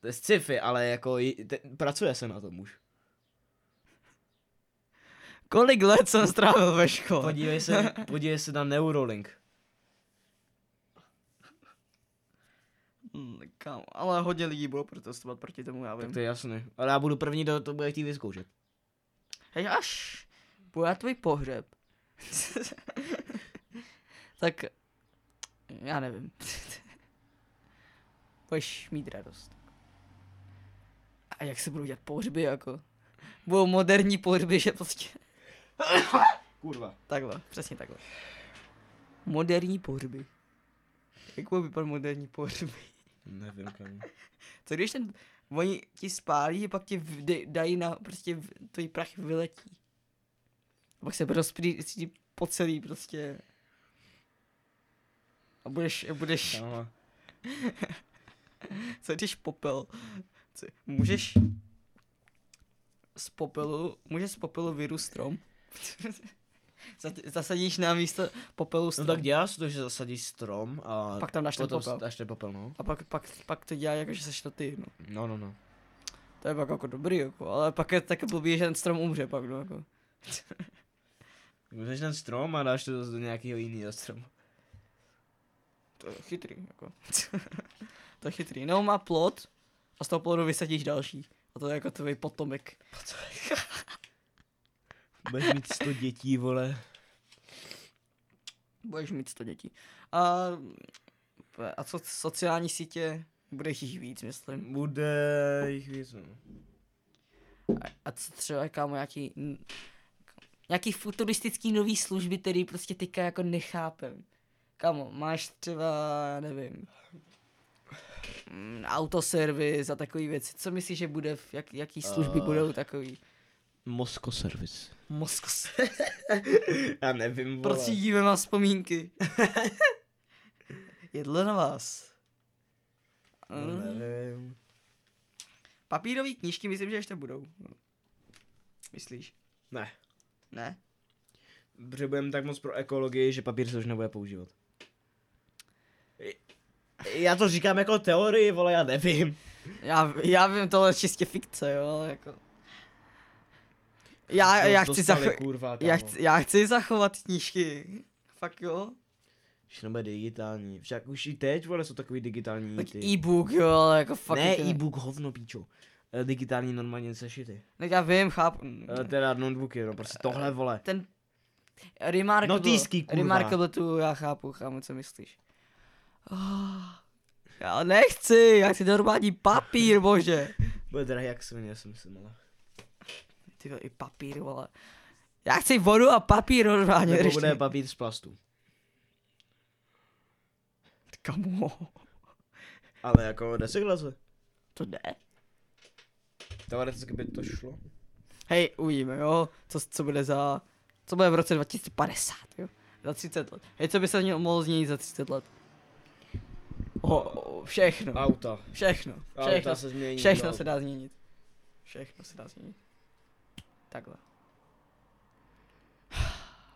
S2: to je sci-fi, ale jako, j- te, pracuje se na tom už.
S1: Kolik let jsem strávil ve škole?
S2: Podívej se, podívej se na Neurolink.
S1: Mm, Kam, ale hodně lidí bylo protestovat proti tomu, já vím.
S2: Tak to je jasné. Ale já budu první, kdo to bude chtít vyzkoušet.
S1: Hej, až bude na tvůj pohřeb. tak, já nevím. Budeš mít radost. A jak se budou dělat pohřby, jako? Budou moderní pohřby, že prostě...
S2: Kurva.
S1: Takhle, přesně takhle. Moderní pohřby. Jak bude vypadat moderní pohřby?
S2: Nevím, kam.
S1: Co když ten... Oni ti spálí a pak ti v- dej- dají na... Prostě v- tvůj prach vyletí. A pak se rozprý po celý prostě. A budeš, budeš,
S2: Kámo.
S1: co když popel, co, můžeš z popelu, můžeš z popelu viru strom. Zat- Zasadíš na místo popelu
S2: No
S1: strom.
S2: tak děláš to, že zasadíš strom a...
S1: Pak tam dáš ten
S2: potom
S1: popel.
S2: Dáš ten popel, no.
S1: a pak, pak, pak to dělá jako, že seš to ty, no.
S2: No, no, no.
S1: To je pak jako dobrý, jako, ale pak je taky blbý, že ten strom umře pak, no, jako.
S2: Vezmeš ten strom a dáš to zase do nějakého jiného stromu.
S1: To je chytrý, jako. to je chytrý. No, má plot a z toho plodu vysadíš další. A to je jako tvůj potomek.
S2: Budeš mít 100 dětí, vole.
S1: Budeš mít 100 dětí. A, a co sociální sítě? Budeš jich víc, myslím.
S2: Bude jich víc, no.
S1: A, a co třeba, kámo, nějaký... n- Nějaký futuristický nový služby, který prostě teďka jako nechápem. Kamo, máš třeba, já nevím, mm, autoservis a takové věci. Co myslíš, že bude, v- jak, jaký služby
S2: Eh.
S1: budou takový?
S2: Moskoservis.
S1: Mozkos.
S2: Já nevím, vole.
S1: Procídíme vás Prostě vzpomínky. Jedle na vás.
S2: No,
S1: Mm.
S2: nevím.
S1: Papírové knížky myslím, že ještě budou. Myslíš?
S2: Ne.
S1: Ne?
S2: Protože budeme tak moc pro ekologii, že papír se už nebude používat. I- Já to říkám jako teorii, vole, já nevím.
S1: Já, já vím, tohle je čistě fikce, jo, ale jako... Já, já, chci,
S2: Dostali,
S1: zacho-
S2: kurva, no.
S1: já,
S2: kámo.
S1: chci, já chci zachovat knížky. Fakt jo.
S2: Všechno bude digitální. Však už i teď, vole, jsou takový digitální
S1: Tak
S2: ty.
S1: e-book, jo, ale jako fakt.
S2: Ne,
S1: jako
S2: e-book, hovno, píčo. Eh, Digitální normálně sešity.
S1: Ne, já vím, chápu.
S2: Eh, Teda notebooky, no prostě tohle, vole.
S1: Ten Remarkable.
S2: Notýský, No, kurva.
S1: Remarkable tu, já chápu, chápu, co myslíš. Oh, já nechci, já chci normální papír, bože.
S2: Bude drahý jak svině, jsem si ale.
S1: Ty vole, i papír, vole. Já chci vodu a papír normálně.
S2: Nebo
S1: když
S2: bude
S1: ne-
S2: papír z plastu.
S1: Kamo,
S2: Ale jako recyklace.
S1: to ne.
S2: Teoreticky by to šlo.
S1: Hej, uvidíme, jo, co, co bude za, co bude v roce 2050, jo, za 30 let. Hej, co by se mělo mohlo změnit za 30 let? O, o, všechno,
S2: Auta.
S1: všechno, všechno,
S2: Auta se změní. no.
S1: všechno
S2: jo.
S1: se dá změnit. Všechno se dá změnit. Takhle.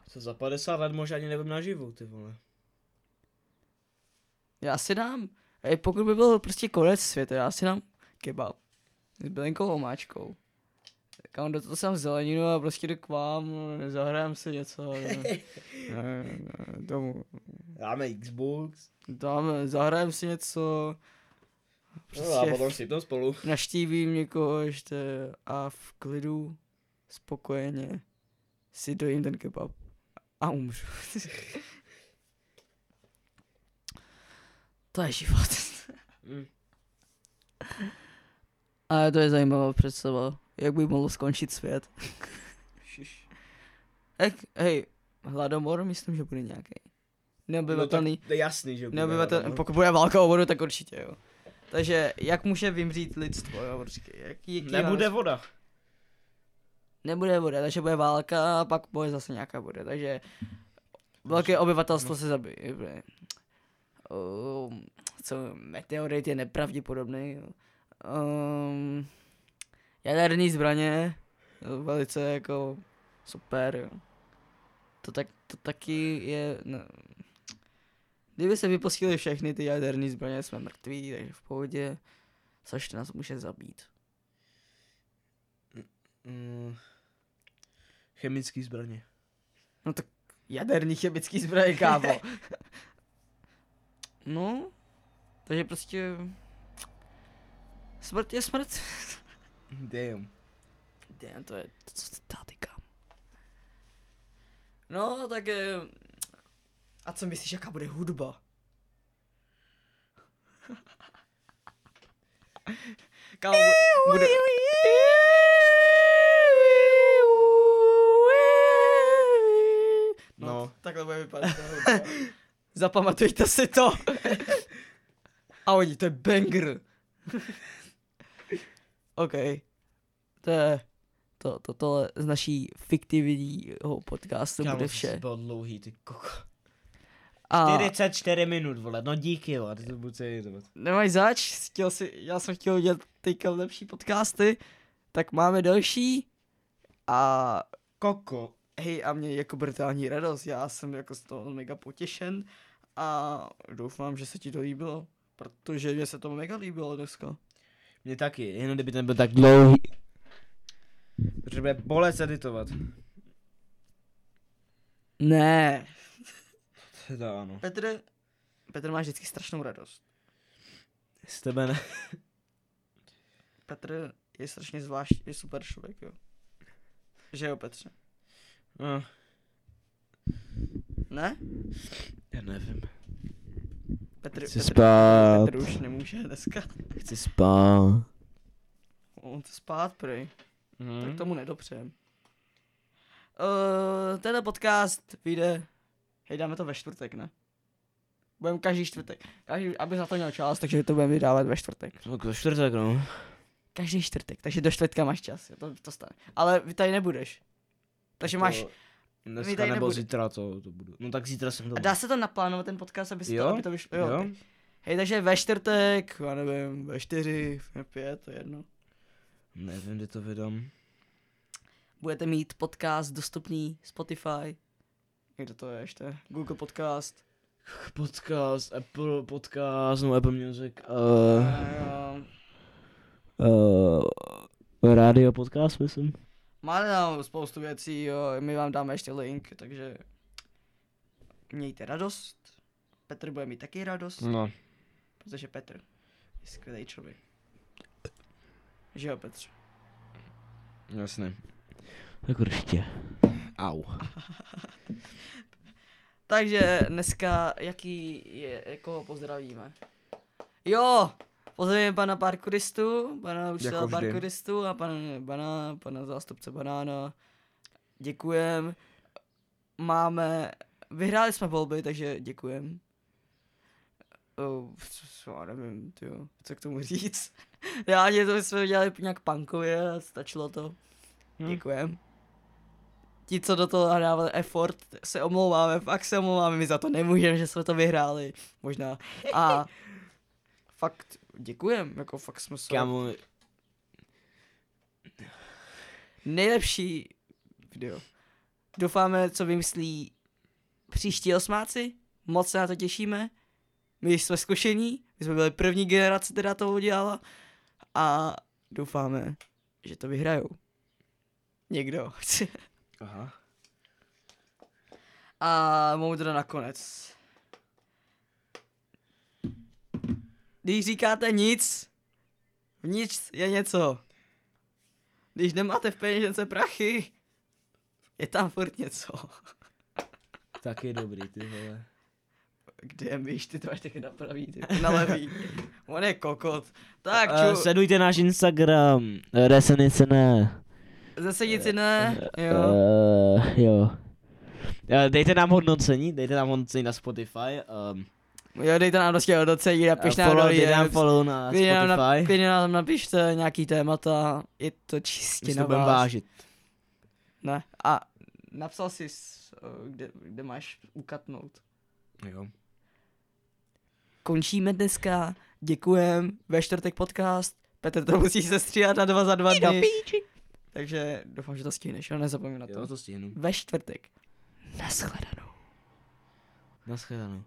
S2: Co za 50 let možná ani nevím naživu, ty vole.
S1: Já si dám, hej, pokud by byl prostě konec světa, já si dám kebab s bylinkou omáčkou. Kam do toho sám zeleninu a prostě jdu k vám, zahrám si něco. Ne, ne, ne, domů.
S2: Dáme Xbox.
S1: Dáme, zahrajeme si něco.
S2: No, a
S1: Prostě
S2: potom si to spolu.
S1: naštívím někoho ještě a v klidu, spokojeně si dojím ten kebab a umřu. to je život.
S2: Mm.
S1: Ale to je zajímavá představa, jak by mohl skončit svět.
S2: Šiš.
S1: Jak, hej, hladomor myslím, že bude nějaký. Neobyvatelný,
S2: No, tak, to je jasný, že bude, no.
S1: Neobyvatel,
S2: ale-
S1: pokud bude válka o vodu, tak určitě jo. Takže jak může vymřít lidstvo, jo, prostě, jaký, jaký
S2: Nebude
S1: máme-
S2: voda.
S1: nebude voda, takže bude válka a pak bude zase nějaká voda, takže velké obyvatelstvo se zabije. bude. Um, co, meteorit je nepravděpodobný, jo. Um, jaderní zbraně, jo, velice jako super, jo. To, tak, to taky je, no, Kdyby se vypustili všechny ty jaderní zbraně, jsme mrtví, takže v pohodě. Což nás může zabít.
S2: Mm. Chemický zbraně.
S1: No tak jaderný chemický zbraně, kámo. no, takže prostě... Smrt je smrt.
S2: Damn.
S1: Damn, to je to, co ty táty, kámo. No, tak... eh, A co myslíš, jaká bude hudba? Kámo, bu- bude... No,
S2: No.
S1: takhle bude vypadat ta hudba. Zapamatujte si to. A oni, to je banger. OK. To je to, to, tohle z naší fiktivního podcastu bude vše.
S2: Bylo dlouhý, ty koko.
S1: A
S2: 44 minut, vole, no díky, jo, a ty to budu celý
S1: nemáš zač, chtěl si, já jsem chtěl udělat teďka lepší podcasty, tak máme další. A
S2: Koko.
S1: hej, a mě jako brutální radost, já jsem jako z toho mega potěšen a doufám, že se ti to líbilo, protože mě se to mega líbilo dneska.
S2: Mně taky, jenom kdyby ten byl tak dlouhý. Protože bude bolet editovat.
S1: Ne.
S2: Teda ano.
S1: Petr, Petr má vždycky strašnou radost.
S2: Z tebe ne.
S1: Petr je strašně zvláštní, je super člověk, jo. Že jo, Petře?
S2: No,
S1: Ne?
S2: já nevím.
S1: Petr,
S2: Chci
S1: Petr,
S2: spát.
S1: Petr už nemůže dneska.
S2: Chci spát.
S1: On chce spát, prej.
S2: Hmm.
S1: Tak tomu nedopřem. Uh, tenhle podcast vyjde, hej, dáme to ve čtvrtek, ne? Budeme každý čtvrtek. Každý, aby na to měl čas, takže to budeme vydávat ve čtvrtek.
S2: Tak do čtvrtek, no.
S1: Každý čtvrtek, takže do čtvrtka máš čas, jo, to, to stane. Ale vy tady nebudeš. Takže máš,
S2: To
S1: my
S2: Dneska
S1: tady
S2: nebo
S1: nebude-
S2: zítra to, to budu. No tak zítra jsem to.
S1: a dá se to naplánovat ten podcast, aby, se
S2: Jo?
S1: to, aby to vyšlo, jo. jo? Hej, takže ve čtvrtek, já nevím, ve čtyři, ve pět, to je jedno.
S2: Nevím, kdy to vydám.
S1: budete mít podcast dostupný Spotify, kde to je ještě, Google Podcast,
S2: Podcast, Apple podcast, no Apple Music. Uh,
S1: uh,
S2: uh, rádio podcast, myslím.
S1: máte tam spoustu věcí, jo, my vám dáme ještě link, takže mějte radost Petr bude mít taky radost,
S2: No.
S1: protože Petr je skvělý člověk. Že jo, Petře?
S2: Jasně. Tak určitě. Au.
S1: Takže dneska, jaký je, koho pozdravíme? Jo, pozdravíme pana parkouristu, pana učitele
S2: Jako vždy.
S1: parkouristu a pan, pana, pana zástupce Banána. Děkujem. Máme, vyhráli jsme volby, takže děkujem. Oh, já nevím, tyjo, co k tomu říct. Reálně to jsme udělali nějak punkově a stačilo to.
S2: Hm.
S1: Děkujem. Ti, co do toho dávali effort, se omlouváme, fakt se omlouváme, my za to nemůžeme, že jsme to vyhráli, možná. A fakt děkujem, jako fakt jsme se...
S2: Kámo,
S1: Nejlepší video. Doufáme, co vymyslí příští osmáci, moc se na to těšíme. My jsme zkušení, my jsme byli první generace, která to udělala a doufáme, že to vyhrajou. Někdo.
S2: Aha.
S1: A moudro nakonec. Když říkáte nic, v nic je něco. Když nemáte v peněžence prachy, je tam furt něco.
S2: Tak je dobrý, ty vole.
S1: Kde myš, ty to máš taky na pravý, ty na levý. On je kokot. Tak,
S2: Eh,
S1: ču,
S2: sledujte náš Instagram, resenice ne.
S1: zase nic jiné, jo.
S2: Uh, jo. Eh, Dejte nám hodnocení, dejte nám hodnocení na Spotify. Um,
S1: Jo, dejte nám prostě hodnocení, napiš nám do
S2: Eh, follow, dejte nám
S1: DMs.
S2: follow na
S1: Klidně nám, nap-
S2: Spotify.
S1: klidně nám napište nějaký témata, je to
S2: My
S1: čistě
S2: si
S1: na
S2: to budeme
S1: vás.
S2: vážit.
S1: Ne. A napsal jsi, s, eh, kde, kde máš ukatnout.
S2: Jo.
S1: Končíme dneska, děkujem, ve čtvrtek podcast, Petr to musí se stříhat na dva za dva dny. Takže doufám, že to stihneš, jo, nezapomeň na to.
S2: Jo, to stihnu.
S1: Ve čtvrtek. Naschledanou.
S2: Naschledanou.